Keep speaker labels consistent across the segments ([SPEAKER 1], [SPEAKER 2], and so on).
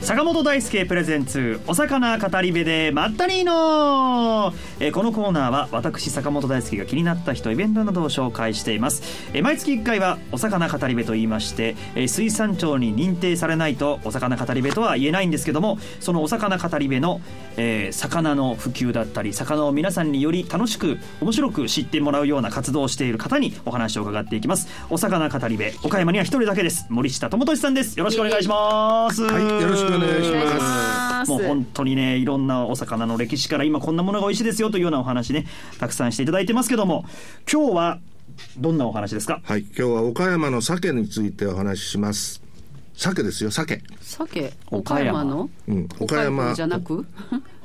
[SPEAKER 1] 坂本大輔プレゼンツお魚語り部でまったりーのー、えーこのコーナーは私坂本大輔が気になった人イベントなどを紹介しています、えー毎月1回はお魚語り部と言いまして、えー水産庁に認定されないとお魚語り部とは言えないんですけどもそのお魚語り部の、えー魚の普及だったり魚を皆さんにより楽しく面白く知ってもらうような活動をしている方にお話を伺っていきますお魚語り部岡山には一人だけです森下智俊さんですよろしくお願いします
[SPEAKER 2] はいよろしくお願いしますお願いし
[SPEAKER 3] ます
[SPEAKER 1] もう本当にねいろんなお魚の歴史から今こんなものが美味しいですよというようなお話ねたくさんしていただいてますけども今日はどんなお話ですか
[SPEAKER 2] はい、今日は岡山の鮭についてお話しします。鮭ですよ、鮭。
[SPEAKER 3] 鮭
[SPEAKER 1] 岡
[SPEAKER 3] 岡
[SPEAKER 1] 山
[SPEAKER 3] 山の
[SPEAKER 2] うん、
[SPEAKER 3] 岡山じゃな く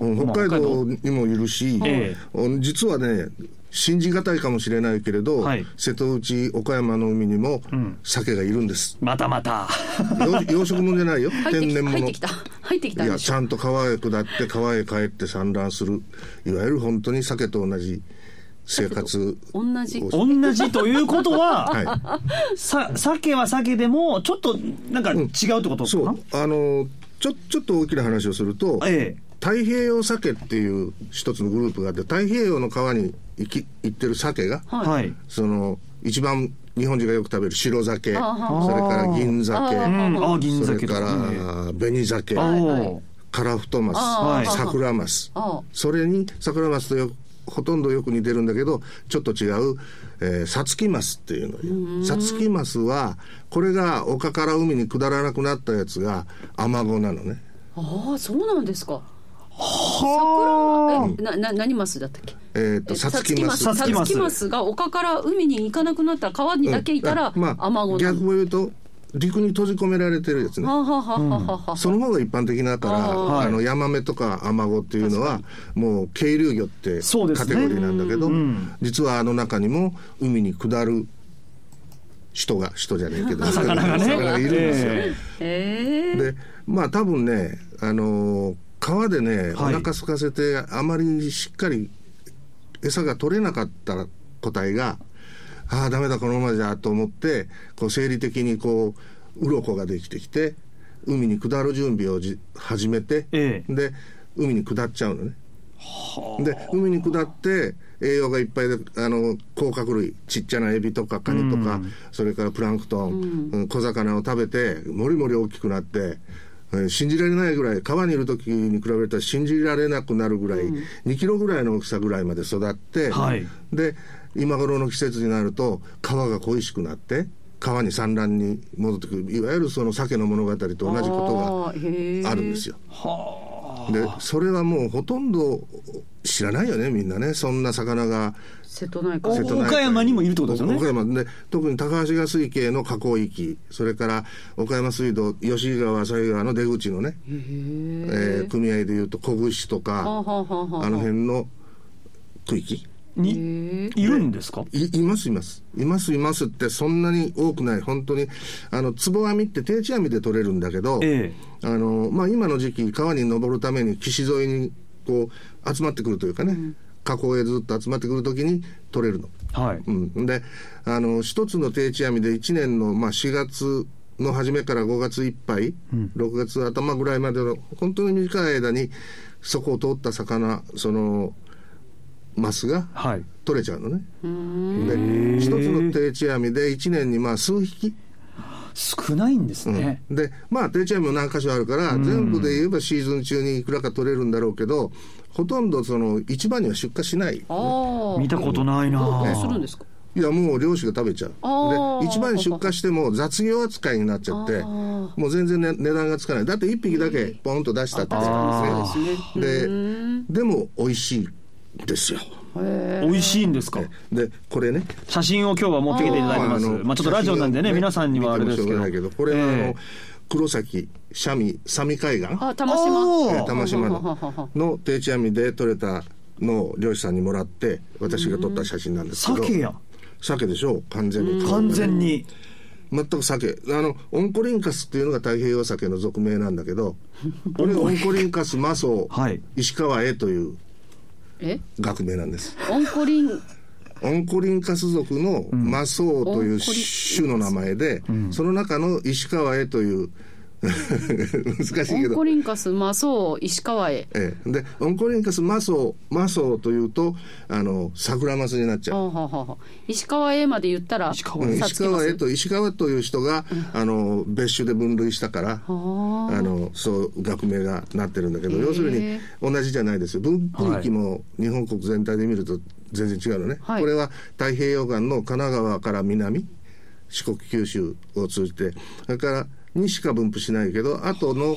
[SPEAKER 2] うん北海道にもいるし、
[SPEAKER 1] え
[SPEAKER 2] うん実はね、信じがたいかもしれないけれど、
[SPEAKER 1] はい
[SPEAKER 2] 瀬戸内、岡山の海にも鮭がいるんです。
[SPEAKER 1] またまた
[SPEAKER 2] 養養殖もんじゃないよ、
[SPEAKER 3] 入ってき
[SPEAKER 2] 天然
[SPEAKER 3] た入っ
[SPEAKER 2] 物。
[SPEAKER 3] てきた入ってきた
[SPEAKER 2] い
[SPEAKER 3] んで
[SPEAKER 2] や、
[SPEAKER 3] し
[SPEAKER 2] ち
[SPEAKER 3] ょ
[SPEAKER 2] ゃんと川へ下って、川へ帰って産卵する、いわゆる本当に鮭と同じ生活。
[SPEAKER 3] 同じ
[SPEAKER 2] お
[SPEAKER 1] 同じということは、
[SPEAKER 2] はい。
[SPEAKER 1] さ鮭は鮭でもちょっとなんか違うってことか
[SPEAKER 2] そ
[SPEAKER 1] な、
[SPEAKER 2] う、あの、ちょ、ちょっと大きな話をすると、
[SPEAKER 1] え
[SPEAKER 2] 太平洋鮭っていう一つのグループがあって太平洋の川に行き行ってる鮭が、
[SPEAKER 1] え
[SPEAKER 3] はい
[SPEAKER 1] はい
[SPEAKER 2] その一番日本人がよく食べる白鮭それ
[SPEAKER 3] あは
[SPEAKER 2] から銀
[SPEAKER 1] う
[SPEAKER 2] 鮭
[SPEAKER 1] ん、あ銀
[SPEAKER 2] それ
[SPEAKER 1] 鮭と
[SPEAKER 2] か
[SPEAKER 1] うん
[SPEAKER 2] ら紅鮭
[SPEAKER 1] あー
[SPEAKER 3] はいはい
[SPEAKER 2] カラフトマ
[SPEAKER 1] はい
[SPEAKER 2] ス桜マス
[SPEAKER 3] あ
[SPEAKER 2] それに桜マスとよほとんどよく似てるんだけどちょっと違う、えー、サツキマスっていうのよサツキマスはこれが丘から海に下らなくなったやつがアマゴなのね
[SPEAKER 3] あーそうなんですか
[SPEAKER 1] はあ
[SPEAKER 3] えなな何マスだったっけ
[SPEAKER 2] えっとサツキマス
[SPEAKER 3] サ
[SPEAKER 1] サツキマス
[SPEAKER 3] ツキマスが丘から海に行かなくなった川にだけいたら、
[SPEAKER 2] うんまあ、
[SPEAKER 3] アマゴな
[SPEAKER 2] 逆
[SPEAKER 3] の
[SPEAKER 2] を言うと陸に閉じ込められてるやつね
[SPEAKER 3] はあはあはあはあはあ
[SPEAKER 2] その方が一般的だから
[SPEAKER 3] あ
[SPEAKER 2] あ
[SPEAKER 1] ー
[SPEAKER 2] のヤマメとかアマゴっていうのはもう渓流魚って
[SPEAKER 1] そうです
[SPEAKER 2] カ
[SPEAKER 1] ね
[SPEAKER 2] テゴリーなんだけど、
[SPEAKER 1] ん
[SPEAKER 2] 実はあの中にも海に下る人が人じゃないけど
[SPEAKER 1] 魚がね
[SPEAKER 2] いるんですよ。
[SPEAKER 1] え
[SPEAKER 3] ええ
[SPEAKER 2] でまあ多分ね、あのー川でね、
[SPEAKER 1] はい
[SPEAKER 2] お腹空かせてあまりしっかり餌が取れなかった個体がああダメだこのままじゃと思ってこう生理的にこう鱗ができてきて海に下る準備をじ始めて、
[SPEAKER 1] ええ
[SPEAKER 2] で海に下っちゃうのね。で海に下って栄養がいっぱいであの甲殻類ちっちゃなエビとかカニとか、それからプランクトン、うん小魚を食べてもりもり大きくなって、えー信じられないぐらい川にいる時に比べたら信じられなくなるぐらい、2キロぐらいの大きさぐらいまで育って、
[SPEAKER 1] はい
[SPEAKER 2] で今頃の季節になると川が恋しくなって川に産卵に戻ってくるいわゆるその鮭の物語と同じこ
[SPEAKER 3] あーへえ
[SPEAKER 2] とがあるんですよ。
[SPEAKER 1] はあ
[SPEAKER 2] でそれはもうほとんど知らないよねみんなねそんな魚が
[SPEAKER 3] 瀬戸内
[SPEAKER 1] お
[SPEAKER 3] 海
[SPEAKER 2] 瀬戸内海
[SPEAKER 1] 岡山にもいるってことですよね
[SPEAKER 2] 岡山で特に高橋川水系の河口域それから岡山水道吉井川浅井川の出口のね、えー組合でいうと小串とか
[SPEAKER 3] はあはあはあはあ
[SPEAKER 2] あの辺の区域
[SPEAKER 1] にいるんですか
[SPEAKER 2] いいますいますいますいますってそんなに多くない本当にあの壺網って定置網で取れるんだけど、
[SPEAKER 1] え
[SPEAKER 2] あのまあ、今の時期川に登るために岸沿いにこう集まってくるというかね、河口へずっと集まってくるときに取れるの。
[SPEAKER 1] えはい
[SPEAKER 2] うん、であの一つの定置網で1年の、まあ、4月の初めから5月いっぱい、6月頭ぐらいまでの本当に短い間にそこを通った魚そのマスが
[SPEAKER 1] はい
[SPEAKER 2] 取れちゃうのね。で一つの定置網で1年にまあ数匹。
[SPEAKER 1] 少ないんですね、
[SPEAKER 2] でまあ定置網も何箇所あるから、全部で言えばシーズン中にいくらか取れるんだろうけどほとんどその市場には出荷しないい
[SPEAKER 3] あー
[SPEAKER 1] 見たことないな
[SPEAKER 3] どうするんですか
[SPEAKER 2] やもう漁師が食べちゃ
[SPEAKER 3] あー
[SPEAKER 2] うで市場に出荷しても雑業扱いになっちゃって
[SPEAKER 3] あー
[SPEAKER 2] もう全然、ね、値段がつかないだって1匹だけポンと出したって
[SPEAKER 3] 確かにそうですね
[SPEAKER 2] で
[SPEAKER 3] うん
[SPEAKER 2] でも美味しいですよ
[SPEAKER 1] 美味しいんですか
[SPEAKER 2] でこれね
[SPEAKER 1] 写真を今日は持ってきていただいてますまあちょっとラジオなんでね皆さんにはあれですけど
[SPEAKER 2] 見てもしょうがないけどこれはあの、
[SPEAKER 1] え
[SPEAKER 2] 黒崎三味三味海岸
[SPEAKER 3] あ
[SPEAKER 1] え
[SPEAKER 3] 玉島
[SPEAKER 2] えー
[SPEAKER 1] おー
[SPEAKER 2] 玉島のの定置網で取れたのを漁師さんにもらって私が撮った写真なんですけど
[SPEAKER 1] 鮭や
[SPEAKER 2] 鮭でしょう完全に
[SPEAKER 1] 完全に
[SPEAKER 2] 全く鮭あのオンコリンカスっていうのが太平洋鮭の属名なんだけどこれがオンコリンカスマソ
[SPEAKER 1] はい
[SPEAKER 2] 石川へという
[SPEAKER 3] え
[SPEAKER 2] 学名なんです
[SPEAKER 3] オンコリン
[SPEAKER 2] オンコリンカス属のマソウとい
[SPEAKER 3] オンコ
[SPEAKER 2] う
[SPEAKER 3] リン
[SPEAKER 2] 種の名前で、その中の石川へという 難しい
[SPEAKER 3] オ
[SPEAKER 2] け
[SPEAKER 3] ン
[SPEAKER 2] ど
[SPEAKER 3] コリンカスマソウ石川へ
[SPEAKER 2] ええ、でオンコリンカスマソウマソウというとあの桜マスになっちゃう。
[SPEAKER 3] ほうほうほうほう石川へまで言ったら
[SPEAKER 1] 石川
[SPEAKER 2] うん
[SPEAKER 3] さつ
[SPEAKER 2] 石
[SPEAKER 3] きま
[SPEAKER 2] 川
[SPEAKER 3] す
[SPEAKER 2] へと石川という人が、あの別種で分類したからあ
[SPEAKER 3] はあ
[SPEAKER 2] のそう学名がなってるんだけど
[SPEAKER 3] へえ
[SPEAKER 2] 要するに同じじゃないですよ分布域も日本国全体で見ると全然違うのね、
[SPEAKER 3] はい
[SPEAKER 2] これは太平洋岸の神奈川から南四国九州を通じてそれからにしか分布しないけどあとの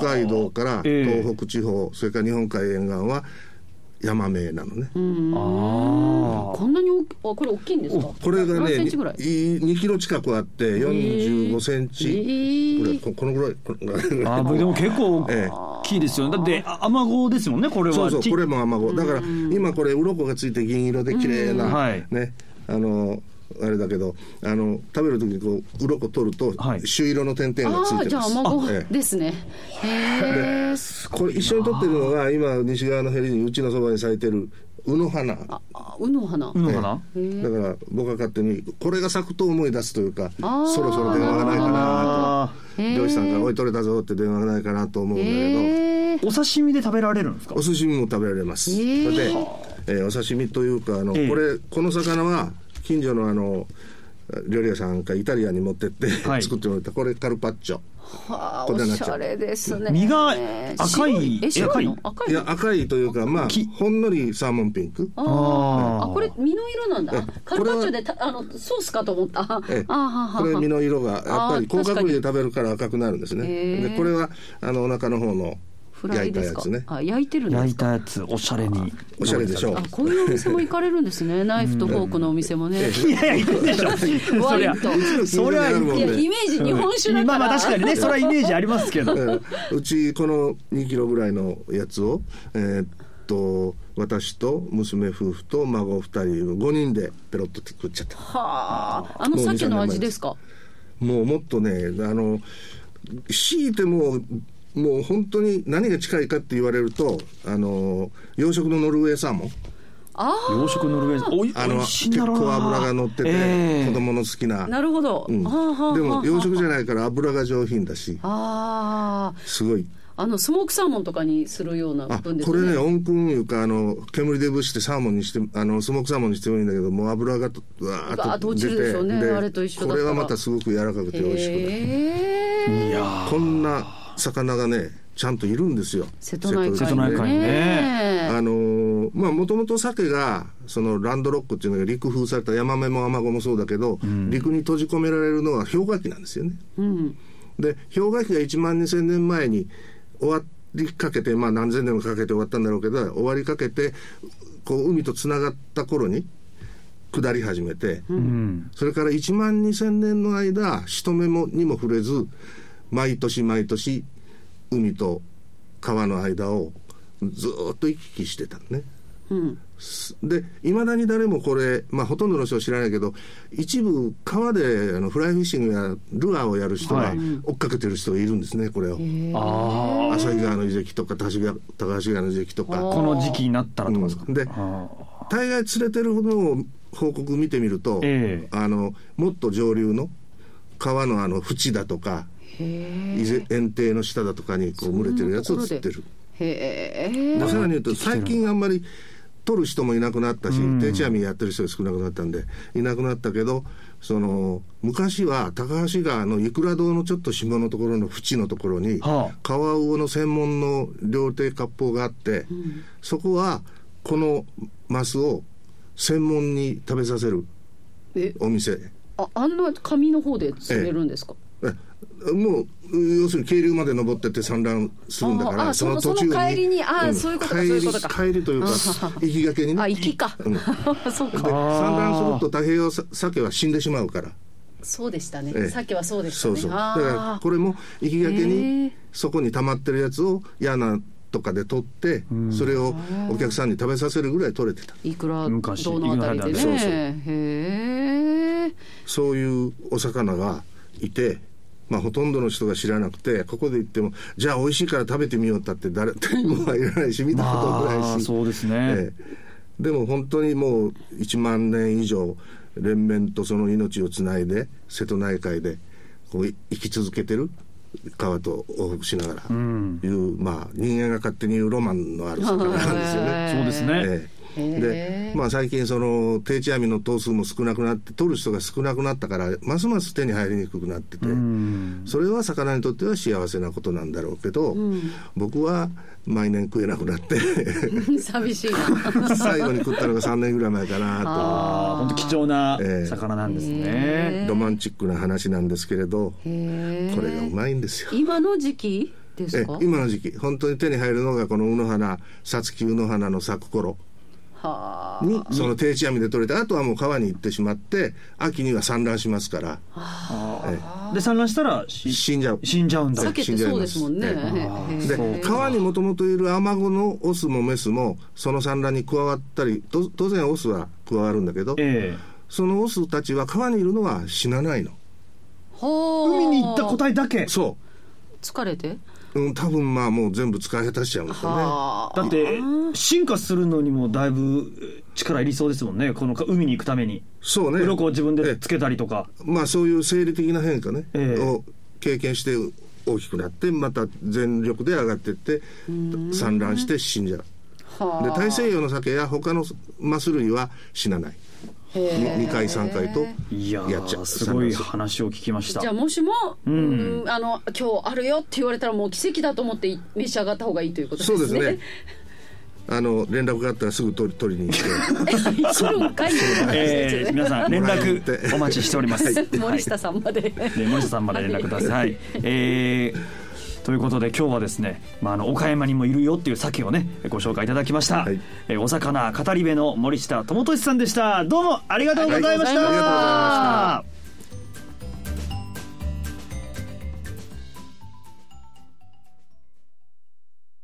[SPEAKER 2] 北海道から
[SPEAKER 1] ええ
[SPEAKER 2] 東北地方、それから日本海沿岸は山名なのね。
[SPEAKER 3] うん
[SPEAKER 1] あ
[SPEAKER 3] こんなに大きあこれ大きいんですか
[SPEAKER 2] これが
[SPEAKER 3] 何
[SPEAKER 2] ね、
[SPEAKER 3] センチぐらい
[SPEAKER 2] 2キロ近くあって、45セン
[SPEAKER 3] え
[SPEAKER 2] チ。これ、
[SPEAKER 3] ー
[SPEAKER 2] ここのぐらいこのぐらい。
[SPEAKER 1] あーでも結構
[SPEAKER 2] ええ
[SPEAKER 1] 大きいですよねだってあアマゴですもんねこれは
[SPEAKER 2] そうそう、
[SPEAKER 1] ち
[SPEAKER 2] これもアマゴ。だから、今これ、鱗がついて銀色で綺麗
[SPEAKER 1] うんは、
[SPEAKER 2] ないね、あの、あれだけど、あの、食べるときにこう、鱗取ると
[SPEAKER 1] は、い
[SPEAKER 2] 朱色の点々がつ
[SPEAKER 3] あ
[SPEAKER 2] い
[SPEAKER 3] あ
[SPEAKER 2] て
[SPEAKER 3] じゃあ
[SPEAKER 2] ま
[SPEAKER 3] ア
[SPEAKER 2] す。
[SPEAKER 3] マゴ
[SPEAKER 2] ええ
[SPEAKER 3] ですねへえ
[SPEAKER 2] これ、一緒に取ってるのが、今、西側のヘリに、うちのそばに咲いてる、ウの花。だか
[SPEAKER 3] あうの花
[SPEAKER 1] うんの花
[SPEAKER 2] ら、僕は勝手に、これが咲くと思い出すというか、
[SPEAKER 3] あー
[SPEAKER 2] そろそろ電話がないかなと。
[SPEAKER 1] あ
[SPEAKER 3] へえ
[SPEAKER 2] 漁師さんから「おい取れたぞ」って電話がないかなと思うんだけど
[SPEAKER 3] へえ
[SPEAKER 1] ーお刺身で食べられるんですか
[SPEAKER 2] お寿司も食べられます、
[SPEAKER 3] へー
[SPEAKER 2] それで、えーお刺身というかあの、
[SPEAKER 1] ええ
[SPEAKER 2] これこの魚は近所のあの料理屋さんかイタリアンに持ってって、
[SPEAKER 1] はい
[SPEAKER 2] 作ってもらったこれカルパッチョ
[SPEAKER 3] はあ
[SPEAKER 2] こん
[SPEAKER 3] お
[SPEAKER 2] なになっ
[SPEAKER 3] し
[SPEAKER 2] ちゃう
[SPEAKER 3] ゃれですね
[SPEAKER 1] 身が
[SPEAKER 3] 白
[SPEAKER 1] 赤い
[SPEAKER 3] え白いの
[SPEAKER 1] え
[SPEAKER 3] 赤い
[SPEAKER 2] い
[SPEAKER 3] の
[SPEAKER 2] や赤いというかまあ
[SPEAKER 1] き
[SPEAKER 2] ほんのりサーモンピンク
[SPEAKER 3] あ
[SPEAKER 1] あ
[SPEAKER 3] ー
[SPEAKER 1] ー
[SPEAKER 3] あこれ身の色なんだあ
[SPEAKER 2] え
[SPEAKER 3] カルパッチ
[SPEAKER 2] これは
[SPEAKER 3] ョでたあのソースかと思ったあ
[SPEAKER 2] ええ
[SPEAKER 3] あは
[SPEAKER 2] これ身
[SPEAKER 3] は
[SPEAKER 2] の色がやっぱり
[SPEAKER 3] あー
[SPEAKER 2] 甲殻
[SPEAKER 3] 確
[SPEAKER 2] 類
[SPEAKER 3] か
[SPEAKER 2] で
[SPEAKER 3] に
[SPEAKER 2] 食べるから赤くなるんです
[SPEAKER 3] へ
[SPEAKER 2] ね
[SPEAKER 3] ー
[SPEAKER 2] でこれはあのお腹の方の
[SPEAKER 3] フラ
[SPEAKER 2] 焼
[SPEAKER 3] イ
[SPEAKER 2] いた
[SPEAKER 3] です
[SPEAKER 2] や
[SPEAKER 3] か
[SPEAKER 2] つね
[SPEAKER 3] あ焼いてるんで
[SPEAKER 1] 焼
[SPEAKER 3] す
[SPEAKER 1] い
[SPEAKER 3] か
[SPEAKER 1] たやつおしゃれに
[SPEAKER 2] おしゃれでしょう
[SPEAKER 3] あこういうお店も行かれるんですねナイフとフォークのお店もね
[SPEAKER 1] いやいやいるでしょそ
[SPEAKER 3] ワ
[SPEAKER 1] り
[SPEAKER 3] イ
[SPEAKER 1] ゃ
[SPEAKER 3] ンと
[SPEAKER 1] そりゃ
[SPEAKER 2] いる
[SPEAKER 3] いやイメージ日本酒だから
[SPEAKER 1] まあまあ確かにねそれはイメージありますけど
[SPEAKER 2] うちこの2キロぐらいのやつを、えーっと私と娘夫婦と孫2人5人でペロッと食っちゃった
[SPEAKER 3] はああの鮭の味ですか
[SPEAKER 2] もうもっとねあの強いてもうもう本当に何が近いかって言われるとあの養殖のノルウェーサーモン
[SPEAKER 3] あ
[SPEAKER 1] 洋食ノルウェーズおい
[SPEAKER 2] あ
[SPEAKER 1] お
[SPEAKER 2] の
[SPEAKER 1] いしい
[SPEAKER 2] 結
[SPEAKER 1] んだろうな
[SPEAKER 2] 構脂が乗ってて、
[SPEAKER 1] ええ
[SPEAKER 2] 子供の好きな
[SPEAKER 3] あなるほど、
[SPEAKER 2] うん
[SPEAKER 3] はあはあ
[SPEAKER 2] でも養殖じゃ
[SPEAKER 3] い
[SPEAKER 2] ないから脂が上品だし
[SPEAKER 3] ああ
[SPEAKER 2] すごい
[SPEAKER 3] あのスモークサーモンとかにするような
[SPEAKER 2] あ
[SPEAKER 3] 分です
[SPEAKER 2] こ
[SPEAKER 3] ね
[SPEAKER 2] れね温君いうかあの煙でぶしてサーモンにしてあのスモークサーモンにしてもいいんだけどもう油がとうわ
[SPEAKER 3] ガーッ
[SPEAKER 2] ーっ
[SPEAKER 3] と
[SPEAKER 2] と
[SPEAKER 3] 落ち
[SPEAKER 2] 出て
[SPEAKER 3] るでしょうねあれと一緒だ
[SPEAKER 2] こ
[SPEAKER 3] から
[SPEAKER 2] れはまたすごく柔らかくて美味しくて
[SPEAKER 3] へえ
[SPEAKER 1] いやー
[SPEAKER 2] こんな魚がねちゃんといるんですよ
[SPEAKER 3] 瀬戸内海
[SPEAKER 1] 瀬戸内海
[SPEAKER 3] ね
[SPEAKER 1] ね
[SPEAKER 2] あのーまあもともと鮭がそのランドロックっていうのが陸封されたヤマメもアマゴもそうだけど、陸に閉じ込められるのは氷河期なんですよね
[SPEAKER 3] うん
[SPEAKER 2] で氷河期が1万2,000年前に終わりかけてまあ何千年もかけて終わったんだろうけど終わりかけてこう海とつながった頃に下り始めて、
[SPEAKER 1] うん
[SPEAKER 2] それから1万2,000年の間人目もにも触れず毎年毎年海と川の間をずーっと行き来してたのね。
[SPEAKER 3] うん
[SPEAKER 2] でいまだに誰もこれ、まあ、ほとんどの人は知らないけど一部川であのフライフィッシングやルアーをやる人
[SPEAKER 1] は
[SPEAKER 2] が
[SPEAKER 1] い
[SPEAKER 2] 追っかけてる人がいるんですねこれ
[SPEAKER 3] へ
[SPEAKER 2] を
[SPEAKER 3] え
[SPEAKER 1] ああ
[SPEAKER 2] 旭川の遺跡とか田代川高橋川の遺跡とか
[SPEAKER 3] あ
[SPEAKER 1] この時期になったらとかですか、
[SPEAKER 2] うんで
[SPEAKER 1] あー
[SPEAKER 2] 大概連れてるのを報告見てみると、
[SPEAKER 1] ええ
[SPEAKER 2] あのもっと上流の川のあの縁だとか
[SPEAKER 3] へ
[SPEAKER 2] 伊勢堰堤の下だとかにこう群れてるやつを釣ってる。
[SPEAKER 3] えへ
[SPEAKER 2] で
[SPEAKER 3] え
[SPEAKER 2] さらに言うと最近あんまり取る人もいなくなったし定置網やってる人が少なくなったんでいなくなったけどその昔は高橋川のいくら堂のちょっと下のところの縁のところに
[SPEAKER 1] はあ
[SPEAKER 2] カワウオの専門の料亭割烹があってそこはこのマスを専門に食べさせる
[SPEAKER 3] え
[SPEAKER 2] お店
[SPEAKER 3] ああんな紙の方で釣れるんですか、
[SPEAKER 2] えもう要するに渓流まで登ってって産卵するんだか
[SPEAKER 3] あー
[SPEAKER 2] ら
[SPEAKER 3] あそのその帰りにあーそういうことか
[SPEAKER 2] 帰
[SPEAKER 3] そうい
[SPEAKER 2] り
[SPEAKER 3] うことか
[SPEAKER 2] 帰りという か行きがけにね
[SPEAKER 3] あ行きか、 そう
[SPEAKER 2] で
[SPEAKER 3] か
[SPEAKER 2] 産卵すると太平洋さ鮭は死んでしまうから、
[SPEAKER 3] そうでした
[SPEAKER 2] ええ
[SPEAKER 3] ね鮭はそうでした
[SPEAKER 2] そ
[SPEAKER 3] ね
[SPEAKER 2] うそうだ
[SPEAKER 3] あ
[SPEAKER 2] から
[SPEAKER 3] ー
[SPEAKER 2] これも行きがけ
[SPEAKER 3] へ
[SPEAKER 2] に
[SPEAKER 3] え
[SPEAKER 2] そこに溜まってるやつを嫌なとかで取って、それをお客さんに食べさせるぐらい取れてた
[SPEAKER 3] いくら
[SPEAKER 1] 昔
[SPEAKER 3] どのあたりでね
[SPEAKER 1] いくら
[SPEAKER 2] だねそうそう
[SPEAKER 3] へえ
[SPEAKER 2] そういうお魚がいて。まあ、ほとんどの人が知らなくてここで言ってもじゃあ美味しいから食べてみようったって誰 誰も入らないし見たこともな
[SPEAKER 1] ま
[SPEAKER 2] い
[SPEAKER 1] あ
[SPEAKER 2] し、
[SPEAKER 1] そうですね、
[SPEAKER 2] ええでも本当にもう1万年以上連綿とその命をつないで瀬戸内海でこうい生き続けてる川と往復しながら
[SPEAKER 1] う、ん
[SPEAKER 2] いう、まあ、人間が勝手に言うロマンのある魚なんで す よね。
[SPEAKER 1] そうですね
[SPEAKER 2] ええで、まあ、最近その定置網の頭数も少なくなって取る人が少なくなったからますます手に入りにくくなってて、
[SPEAKER 1] うん
[SPEAKER 2] それは魚にとっては幸せなことなんだろうけど、僕は毎年食えなくなって
[SPEAKER 3] 寂しいな。
[SPEAKER 2] 最後に食ったのが3年ぐらい前かな
[SPEAKER 1] ああ本当貴重な魚なんですね
[SPEAKER 2] とロマンチックな話なんですけれど、
[SPEAKER 3] へえ
[SPEAKER 2] これがうまいんですよ。
[SPEAKER 3] 今の時期です
[SPEAKER 2] え
[SPEAKER 3] か。
[SPEAKER 2] 今の時期本当に手に入るのがこの卯の花さつき卯の花の咲く頃
[SPEAKER 3] はあ。
[SPEAKER 2] にその定置網で取れてあとはもう川に行ってしまって秋には産卵しますから
[SPEAKER 1] で産卵したらし
[SPEAKER 2] 死んじゃう。
[SPEAKER 1] 死んじゃうんだ
[SPEAKER 3] 避けてそうですもんね。
[SPEAKER 2] 死んじゃい
[SPEAKER 1] ますええ
[SPEAKER 3] へえ
[SPEAKER 2] で川にもともといるアマゴのオスもメスもその産卵に加わったりと当然オスは加わるんだけど
[SPEAKER 1] ええ
[SPEAKER 2] そのオスたちは川にいるのは死なないの
[SPEAKER 3] ほう
[SPEAKER 1] 海に行った個体だけ
[SPEAKER 2] そ
[SPEAKER 3] 疲れて。
[SPEAKER 2] う、うん、多分まあもう全部使い果たしちゃうんですよね
[SPEAKER 3] は
[SPEAKER 1] だって進化するのにもだいぶ力いりそうですもんねこの海に行くために
[SPEAKER 2] そうね
[SPEAKER 1] 鱗を自分
[SPEAKER 2] え
[SPEAKER 1] で
[SPEAKER 2] え
[SPEAKER 1] つけたりとか
[SPEAKER 2] まあそういう生理的な変化ね、
[SPEAKER 1] ええ
[SPEAKER 2] を経験して大きくなってまた全力で上がっていって産卵して死んじゃう
[SPEAKER 3] あ。はあ
[SPEAKER 2] で大西洋の鮭や他のマス類は死なない
[SPEAKER 3] へえ
[SPEAKER 2] 2回3回と
[SPEAKER 1] いや
[SPEAKER 2] やっちゃ
[SPEAKER 1] ー
[SPEAKER 2] う
[SPEAKER 1] すごい
[SPEAKER 2] 産卵
[SPEAKER 1] 話を聞きました
[SPEAKER 3] じゃあもしも、うんあの今日あるよって言われたらもう奇跡だと思って召し上がった方がいいということです
[SPEAKER 2] そ
[SPEAKER 3] ね。
[SPEAKER 2] うで すね。あの連絡があったらすぐ取り取りに行って
[SPEAKER 3] するんかい。
[SPEAKER 1] え ー皆さん連絡お待ちしております。はい
[SPEAKER 3] 森下さんまで。
[SPEAKER 1] ね森下さんまで連絡ください。えーということで今日はですね、まあ、あの岡山にもいるよっていう鮭をねご紹介いただきました、
[SPEAKER 2] はい
[SPEAKER 1] えーお魚語り部の森下智俊さんでしたどうもありがとうございました、
[SPEAKER 3] はいありがとうございました